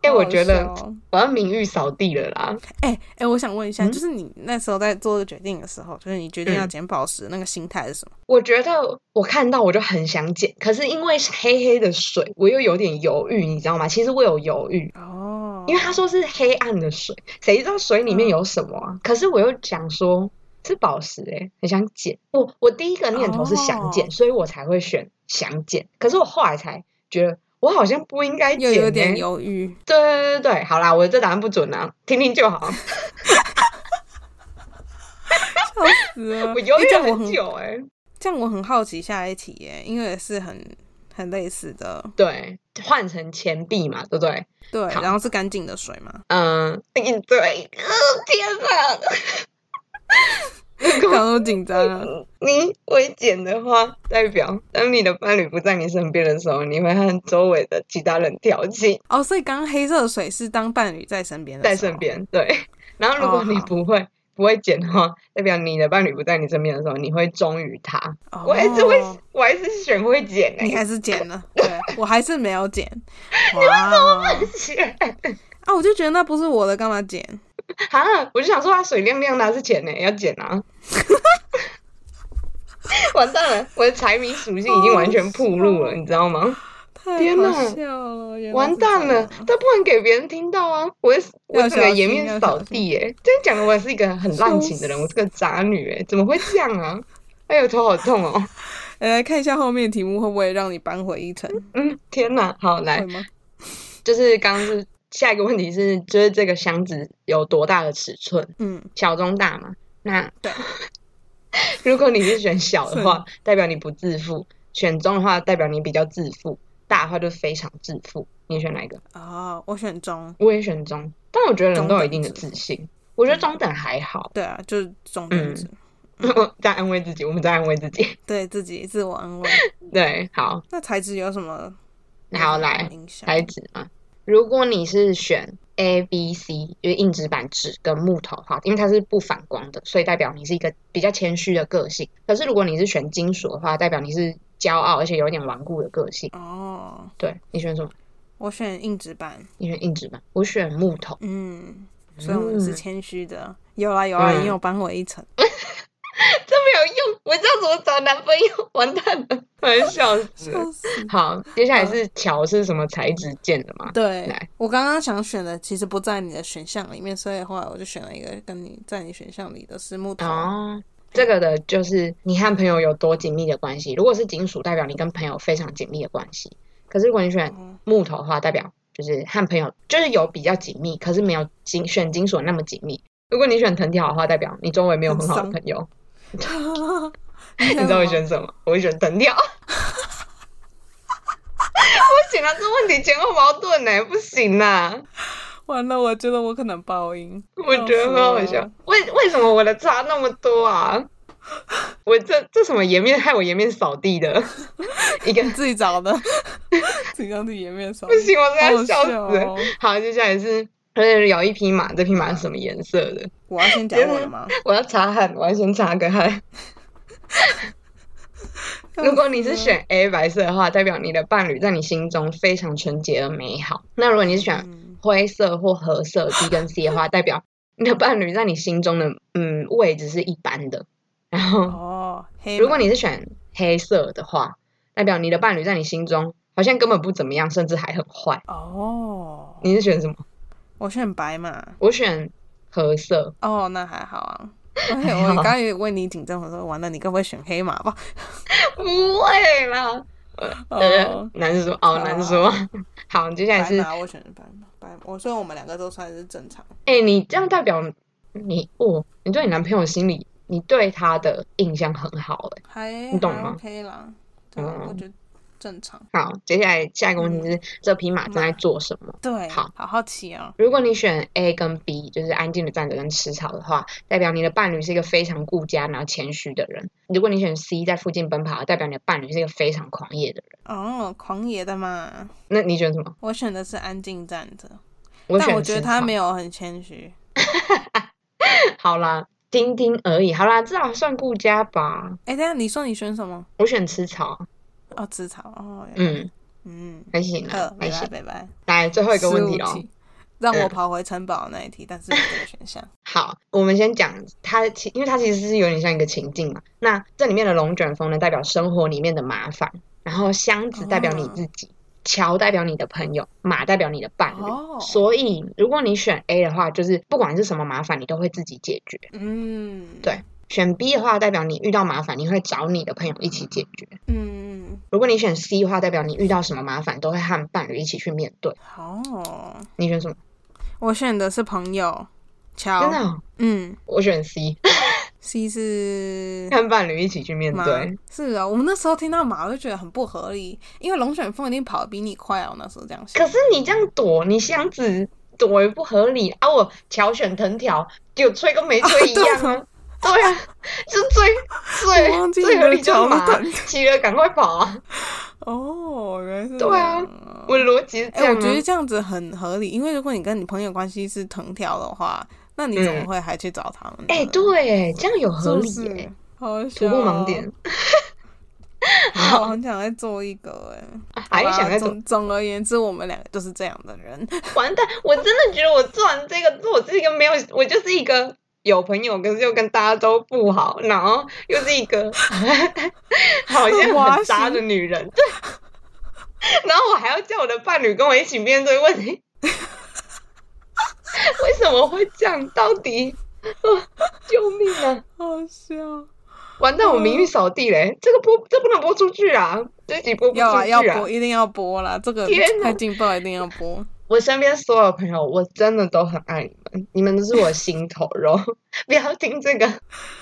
[SPEAKER 2] 哎、
[SPEAKER 1] 好
[SPEAKER 2] 我
[SPEAKER 1] 好
[SPEAKER 2] 觉
[SPEAKER 1] 笑
[SPEAKER 2] 得
[SPEAKER 1] 哦
[SPEAKER 2] 我要名誉扫地了啦。
[SPEAKER 1] 哎、哎、我想问一下，
[SPEAKER 2] 嗯
[SPEAKER 1] 就是你那时候在做这个决定的时候，就是你决定要
[SPEAKER 2] 嗯
[SPEAKER 1] 捡宝石那个心态是什么？
[SPEAKER 2] 我觉得我看到我就很想捡，可是因为是黑黑的水，我又有点犹豫，你知道吗？其实我有犹豫，
[SPEAKER 1] 哦，
[SPEAKER 2] 因为他说是黑暗的水，谁知道水里
[SPEAKER 1] 嗯
[SPEAKER 2] 面有什么啊？可是我又想说，是宝石哎、很想捡。我我第一个念头是想捡，
[SPEAKER 1] 哦
[SPEAKER 2] 所以我才会选想捡。可是我后来才觉得，我好像不应该捡、
[SPEAKER 1] 又
[SPEAKER 2] 欸。
[SPEAKER 1] 有点犹 豫，
[SPEAKER 2] 对对对对，好啦，我这答案不准啊，听听 就好。
[SPEAKER 1] 笑死了。
[SPEAKER 2] 我犹
[SPEAKER 1] 哎
[SPEAKER 2] 豫
[SPEAKER 1] 这样我
[SPEAKER 2] 很
[SPEAKER 1] 很
[SPEAKER 2] 久哎、
[SPEAKER 1] 这样我很好奇下一题耶，因为是很很类似的，
[SPEAKER 2] 对，换成钱币嘛，对不对？
[SPEAKER 1] 对，
[SPEAKER 2] 好
[SPEAKER 1] 然后是干净的水 嘛，
[SPEAKER 2] 嗯，对，对， 呃天哪！
[SPEAKER 1] 刚都紧张了。
[SPEAKER 2] 你会捡的话，代表当你的伴侣不在你身边的时候，你会和周围的其他人调情
[SPEAKER 1] 哦，所以刚刚黑色的水是当伴侣在身边的，
[SPEAKER 2] 在身。边。对，然后如果
[SPEAKER 1] 哦
[SPEAKER 2] 你
[SPEAKER 1] 好
[SPEAKER 2] 不会、不会捡的话，代表你的伴侣不在你身边的时候，你会忠于他。
[SPEAKER 1] 哦、
[SPEAKER 2] 我还是会，我还是选会捡
[SPEAKER 1] 你
[SPEAKER 2] 欸，
[SPEAKER 1] 还是捡了，对我还是没有捡。哇，
[SPEAKER 2] 钱
[SPEAKER 1] 啊，我就觉得那不是我的，干嘛捡？
[SPEAKER 2] 啊！我就想说，它水亮亮的，它是钱呢、要捡啊。完蛋了，我的财迷属性已经完全暴露了，你知道吗？
[SPEAKER 1] 太
[SPEAKER 2] 天
[SPEAKER 1] 好
[SPEAKER 2] 哪
[SPEAKER 1] 笑了，原来
[SPEAKER 2] 完
[SPEAKER 1] 是这
[SPEAKER 2] 蛋了
[SPEAKER 1] 样，啊
[SPEAKER 2] 但不能给别人听到啊！我我
[SPEAKER 1] 要
[SPEAKER 2] 整个
[SPEAKER 1] 小
[SPEAKER 2] 颜
[SPEAKER 1] 心
[SPEAKER 2] 面
[SPEAKER 1] 要
[SPEAKER 2] 扫
[SPEAKER 1] 小
[SPEAKER 2] 地耶、这样讲的我是一个很滥
[SPEAKER 1] 笑
[SPEAKER 2] 情的人，我是个渣女哎、怎么会这样啊？哎呦，头好痛哦！
[SPEAKER 1] 哎来看一下后面题目会不会让你扳回一城，
[SPEAKER 2] 嗯，天哪，好
[SPEAKER 1] 会
[SPEAKER 2] 来，
[SPEAKER 1] 吗？
[SPEAKER 2] 就是刚刚是下一个问题是，就是这个箱子有多大的尺寸？
[SPEAKER 1] 嗯，
[SPEAKER 2] 小中大嘛？那
[SPEAKER 1] 对，
[SPEAKER 2] 如果你是选小的话，代表你不自负；选中的话，代表你比较自负；大的话就非常自负。你选哪一个？
[SPEAKER 1] 哦，我选中，
[SPEAKER 2] 我也选中，但我觉得人
[SPEAKER 1] 中
[SPEAKER 2] 都有一
[SPEAKER 1] 等
[SPEAKER 2] 定的
[SPEAKER 1] 自
[SPEAKER 2] 自信。我觉得中等还好，
[SPEAKER 1] 对啊，就是中等
[SPEAKER 2] 嗯
[SPEAKER 1] 值，
[SPEAKER 2] 在安慰自 己，我们在安慰自己。
[SPEAKER 1] 对自己自我安慰。
[SPEAKER 2] 对，好，
[SPEAKER 1] 那材质有什么？有
[SPEAKER 2] 好
[SPEAKER 1] 什么
[SPEAKER 2] 来
[SPEAKER 1] 影响
[SPEAKER 2] 开始啊。如果你是选 A、B、C，就是硬纸板纸跟木头的话，因为它是不反光的，所以代表你是一个比较谦虚的个性。可是如果你是选金属的话，代表你是骄傲而且有一点顽固的个性。
[SPEAKER 1] 哦，
[SPEAKER 2] 对你选什么？
[SPEAKER 1] 我选硬纸板，
[SPEAKER 2] 你选硬纸板，我选木头。
[SPEAKER 1] 嗯，所以我们是
[SPEAKER 2] 嗯
[SPEAKER 1] 谦虚的。有啦有啦，
[SPEAKER 2] 嗯
[SPEAKER 1] 你有扳回一城，
[SPEAKER 2] 这没有用，我知道怎么找男朋友，完蛋 了，我要笑 死了。
[SPEAKER 1] 笑死。
[SPEAKER 2] 好，接下来是桥是什么材质建的吗？
[SPEAKER 1] 对
[SPEAKER 2] 来，
[SPEAKER 1] 我刚刚想选的其实不在你的选项里面，所以后来我就选了一个跟你在你选项里的是木头。
[SPEAKER 2] 哦，这个的就是你和朋友有多紧密的关系。如果是金属，代表你跟朋友非常紧密的关系；可是如果你选
[SPEAKER 1] 嗯
[SPEAKER 2] 木头的话，代表就是和朋友就是有比较紧密，可是没有金选金属那么紧密。如果你选藤条的话，代表你周围没有
[SPEAKER 1] 很
[SPEAKER 2] 很好的
[SPEAKER 1] 松
[SPEAKER 2] 朋友。
[SPEAKER 1] 你
[SPEAKER 2] 你知道我选什么？我会选藤条。 我选啊了这问题前后矛盾呢、不行啊呐、
[SPEAKER 1] 完了，我觉得我可能报应。
[SPEAKER 2] 我觉得很好
[SPEAKER 1] 笑死
[SPEAKER 2] 笑
[SPEAKER 1] 了。
[SPEAKER 2] 为为什么我的差那么多啊？ 我这这什么颜面害我颜面扫地的 一个
[SPEAKER 1] 你自己找的， 自己让自己颜面扫
[SPEAKER 2] 不。行，我真的要笑死
[SPEAKER 1] 好好笑
[SPEAKER 2] 了
[SPEAKER 1] 哦。
[SPEAKER 2] 好，接下来是就是有一匹马，这匹马是什么颜色的？
[SPEAKER 1] 我要先讲我的吗？
[SPEAKER 2] 我要擦汗，我要先擦个汗。如果你是选 A 白色的话，代表你的伴侣在你心中非常纯洁而美好。那如果你是选
[SPEAKER 1] 嗯
[SPEAKER 2] 灰色或褐色 B 跟 C 的话，代表你的伴侣在你心中的嗯位置是一般的。然后，
[SPEAKER 1] 哦，黑马。
[SPEAKER 2] 如果你是选黑色的话，代表你的伴侣在你心中好像根本不怎么样，甚至还很坏。
[SPEAKER 1] 哦，
[SPEAKER 2] 你是选什么？
[SPEAKER 1] 我选白马。
[SPEAKER 2] 我选褐色。
[SPEAKER 1] 哦，那还好啊。而且
[SPEAKER 2] 还
[SPEAKER 1] 我
[SPEAKER 2] 好
[SPEAKER 1] 刚刚也问你紧张，我说完了，你该不会选黑马吧？
[SPEAKER 2] 不会啦，呃
[SPEAKER 1] 哦，，
[SPEAKER 2] 难说哦，难说。 好，接下来
[SPEAKER 1] 白
[SPEAKER 2] 是，
[SPEAKER 1] 马，我选白马，白马。我所以我们两个都算是正常。
[SPEAKER 2] 哎，你这样代表你哦，你对你男朋友心里，你对他的印象很好哎。
[SPEAKER 1] 还
[SPEAKER 2] 你懂
[SPEAKER 1] 还
[SPEAKER 2] 吗
[SPEAKER 1] OK 啦，对啊，
[SPEAKER 2] 嗯
[SPEAKER 1] 我觉得正常。
[SPEAKER 2] 好，接下来下一个问题是，这匹马正在做什么？
[SPEAKER 1] 对，
[SPEAKER 2] 好
[SPEAKER 1] 好好奇哦。
[SPEAKER 2] 如果你选 A 跟 B，就是安静的站着跟吃草的话，代表你的伴侣是一个非常顾家然后谦虚的人；如果你选 C，在附近奔跑，代表你的伴侣是一个非常狂野的人。
[SPEAKER 1] 哦，狂野的嘛，
[SPEAKER 2] 那你选什么？
[SPEAKER 1] 我选的是安静站着，
[SPEAKER 2] 我选
[SPEAKER 1] 但我觉得
[SPEAKER 2] 吃
[SPEAKER 1] 他
[SPEAKER 2] 草
[SPEAKER 1] 没有很谦虚。
[SPEAKER 2] 好啦，听听而已。好啦，至少算顾家吧。
[SPEAKER 1] 哎，等一下你说你选什么？
[SPEAKER 2] 我选吃草，
[SPEAKER 1] 哦，紫草哦，原来
[SPEAKER 2] 嗯，
[SPEAKER 1] 嗯，
[SPEAKER 2] 还行
[SPEAKER 1] 呃，
[SPEAKER 2] 啦，
[SPEAKER 1] 拜拜
[SPEAKER 2] 还行。
[SPEAKER 1] 拜拜。
[SPEAKER 2] 来，最后一个问题
[SPEAKER 1] 15
[SPEAKER 2] 哦。
[SPEAKER 1] 题，让我
[SPEAKER 2] 嗯
[SPEAKER 1] 跑回城堡那一题，但是没这个选项。
[SPEAKER 2] 好，我们先讲它其，因为它其实是有点像一个情境嘛。那这里面的龙卷风呢，代表生活里面的麻烦，然后箱子代表你自己，桥代表你的朋友，马代表你的伴侣。
[SPEAKER 1] 哦
[SPEAKER 2] 所以，如果你选 A 的话，就是不管是什么麻烦，你都会自己解决；
[SPEAKER 1] 嗯，
[SPEAKER 2] 对选 B 的话，代表你遇到麻烦，你会找你的朋友一起解决；
[SPEAKER 1] 嗯，嗯，
[SPEAKER 2] 如果你选 C 的话，代表你遇到什么麻烦都会和伴侣一起去面对。
[SPEAKER 1] 好，哦
[SPEAKER 2] 你选什么？
[SPEAKER 1] 我选的是朋友，
[SPEAKER 2] 真
[SPEAKER 1] 乔
[SPEAKER 2] 的，哦、
[SPEAKER 1] 嗯
[SPEAKER 2] 我选 C，
[SPEAKER 1] ，C 是
[SPEAKER 2] 和伴侣一起去面
[SPEAKER 1] 马
[SPEAKER 2] 对。
[SPEAKER 1] 是啊，我们那时候听到马，我就觉得很不合理，因为龙卷风一定跑得比你快啊！我那时候这样想
[SPEAKER 2] 可。是你这样躲，你箱子躲也不合理啊！我挑选藤条，有吹跟没吹一 样啊！对啊， 这最
[SPEAKER 1] 我忘记
[SPEAKER 2] 最
[SPEAKER 1] 你
[SPEAKER 2] 最合理
[SPEAKER 1] 的
[SPEAKER 2] 就是
[SPEAKER 1] 桥
[SPEAKER 2] 马
[SPEAKER 1] 段
[SPEAKER 2] 骑了赶快跑啊！
[SPEAKER 1] 哦，原来是
[SPEAKER 2] 对啊
[SPEAKER 1] 这样哦
[SPEAKER 2] 我的逻辑是
[SPEAKER 1] 哎、
[SPEAKER 2] 这样
[SPEAKER 1] 我觉得
[SPEAKER 2] 啊。
[SPEAKER 1] 这样子很合理，因为如果你跟你朋友关系是藤条的话，那你怎么
[SPEAKER 2] 嗯
[SPEAKER 1] 会还去找他们呢？
[SPEAKER 2] 哎、对，这样有合理
[SPEAKER 1] 是不
[SPEAKER 2] 耶
[SPEAKER 1] 是、好
[SPEAKER 2] 徒
[SPEAKER 1] 笑
[SPEAKER 2] 步
[SPEAKER 1] 哦
[SPEAKER 2] 盲， 点，
[SPEAKER 1] 哦我很想再做一个哎、
[SPEAKER 2] 啊还
[SPEAKER 1] 好吧
[SPEAKER 2] 想再做，
[SPEAKER 1] 总总而言之，我们两个就是这样的人。
[SPEAKER 2] 完蛋！我真的觉得我做完这个之后，我是一个没有，我就是一个有朋友，可是又跟大家都不好，然后又是 一个好像很渣的女人，对。 然后我还要叫我的伴侣跟我一起面对问题， 为什么会这样？到底， 啊救命啊！
[SPEAKER 1] 好笑，
[SPEAKER 2] 完蛋，我名誉扫地嘞！这个播这不能播出去啊，这集播不出去
[SPEAKER 1] 要啊要播，一定要播啦！这个
[SPEAKER 2] 天哪
[SPEAKER 1] 太劲爆，一定要播。
[SPEAKER 2] 我身边所有朋友，我真的都很爱你们，你们都是我心头肉。 不要听这个，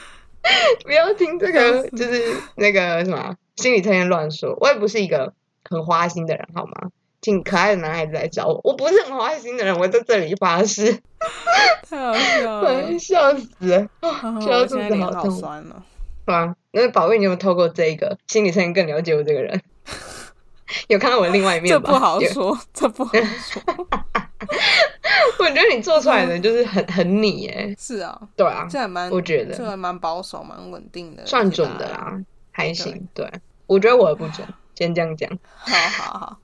[SPEAKER 2] 不要听这个，就是那个什么心理测验乱说。我也不是一个很花心的人，好吗？请可爱的男孩子来找我，我不是很花心的人，我在这里发誓，，
[SPEAKER 1] 太好笑了
[SPEAKER 2] 笑死了，
[SPEAKER 1] 啊
[SPEAKER 2] 笑到
[SPEAKER 1] 我
[SPEAKER 2] 肚
[SPEAKER 1] 现在
[SPEAKER 2] 子
[SPEAKER 1] 脸
[SPEAKER 2] 好
[SPEAKER 1] 好
[SPEAKER 2] 痛，
[SPEAKER 1] 酸了。
[SPEAKER 2] 是吧？那宝贝，你有没有透过这一个心理测验更了解我这个人？ 有看到我另外一面
[SPEAKER 1] 这
[SPEAKER 2] 吧？
[SPEAKER 1] 不好
[SPEAKER 2] 有
[SPEAKER 1] 说，这不好说。
[SPEAKER 2] 我觉得你做出来的就是很很你耶，
[SPEAKER 1] 是啊，
[SPEAKER 2] 对啊，
[SPEAKER 1] 这还蛮，
[SPEAKER 2] 我觉得
[SPEAKER 1] 这还蛮保守，蛮稳定的，
[SPEAKER 2] 算准的。啦，还行。对，我觉得我的不准，先这样讲，
[SPEAKER 1] 好好好，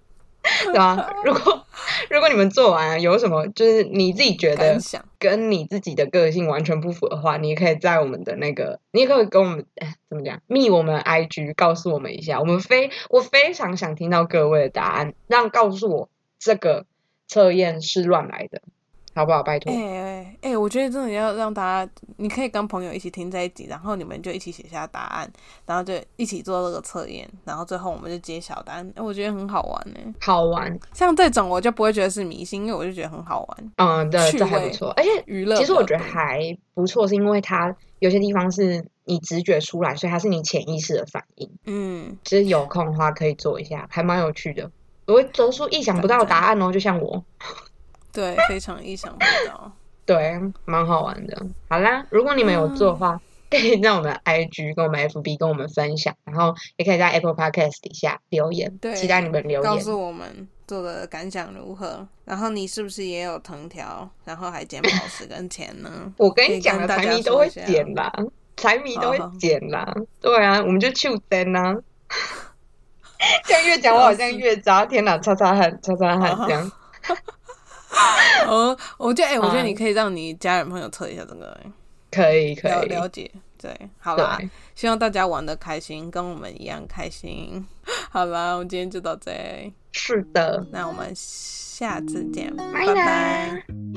[SPEAKER 2] 对啊？如果 如果你们做完有什么就是你自己 觉得
[SPEAKER 1] 感想
[SPEAKER 2] 跟你自己的个性完全不符的话，你也可以在我们的那个，你也可以跟我们哎怎么讲，密我们 IG 告诉我们一下，我们非我非常想听到各位的答案，让告诉我这个测验是乱来的，好不好？拜托
[SPEAKER 1] 哎，哎哎，我觉得真的要让大家，你可以跟朋友一起听这一集，然后你们就一起写下答案，然后就一起做这个测验，然后最后我们就揭晓答案。哎，我觉得很好玩呢、
[SPEAKER 2] 好玩，
[SPEAKER 1] 像这种我就不会觉得是迷信，因为我就觉得很好玩，
[SPEAKER 2] 嗯，对，
[SPEAKER 1] 趣
[SPEAKER 2] 这还不
[SPEAKER 1] 味
[SPEAKER 2] 错，而且
[SPEAKER 1] 娱乐比较多。
[SPEAKER 2] 其实我觉得还不错，是因为它有些地方是你直觉出来，所以它是你潜意识的反应。
[SPEAKER 1] 嗯，
[SPEAKER 2] 其实有空的话可以做一下，还蛮有趣的。我会得出意想不到的答案哦，就像我，
[SPEAKER 1] 对，非常意想不到。
[SPEAKER 2] 对，蛮好玩的。好啦，如果你们有做
[SPEAKER 1] 嗯
[SPEAKER 2] 的话，可以在我们的 IG 跟我们 FB 跟我们分享，然后也可以在 Apple Podcast 底下留言，
[SPEAKER 1] 对
[SPEAKER 2] 期待你们留
[SPEAKER 1] 告
[SPEAKER 2] 言。？
[SPEAKER 1] 诉我们做的感想如何，然后你是不是也有藤条，然后还捡宝石跟钱呢
[SPEAKER 2] 我跟
[SPEAKER 1] 可
[SPEAKER 2] 你
[SPEAKER 1] 以
[SPEAKER 2] 讲了，
[SPEAKER 1] 跟大
[SPEAKER 2] 财
[SPEAKER 1] 家
[SPEAKER 2] 迷都
[SPEAKER 1] 说一
[SPEAKER 2] 会
[SPEAKER 1] 下
[SPEAKER 2] 减啦，财迷都
[SPEAKER 1] 好好
[SPEAKER 2] 会减啦。对啊，我们就去登啊。 这样越讲我好像越渣，天哪，擦擦汗，擦擦汗
[SPEAKER 1] 好好
[SPEAKER 2] 这样。
[SPEAKER 1] 哦，我觉得，哎、我觉得
[SPEAKER 2] 嗯
[SPEAKER 1] 你可以让你家人朋友测一下这个、哎
[SPEAKER 2] 可以可
[SPEAKER 1] 了
[SPEAKER 2] 以，
[SPEAKER 1] 了解。对，好啦，
[SPEAKER 2] 对，
[SPEAKER 1] 希望大家玩的开心，跟我们一样开心。 好啦，我们今天就到这里，
[SPEAKER 2] 是的，
[SPEAKER 1] 那我们下次见，
[SPEAKER 2] 拜
[SPEAKER 1] 拜
[SPEAKER 2] 啦
[SPEAKER 1] 拜。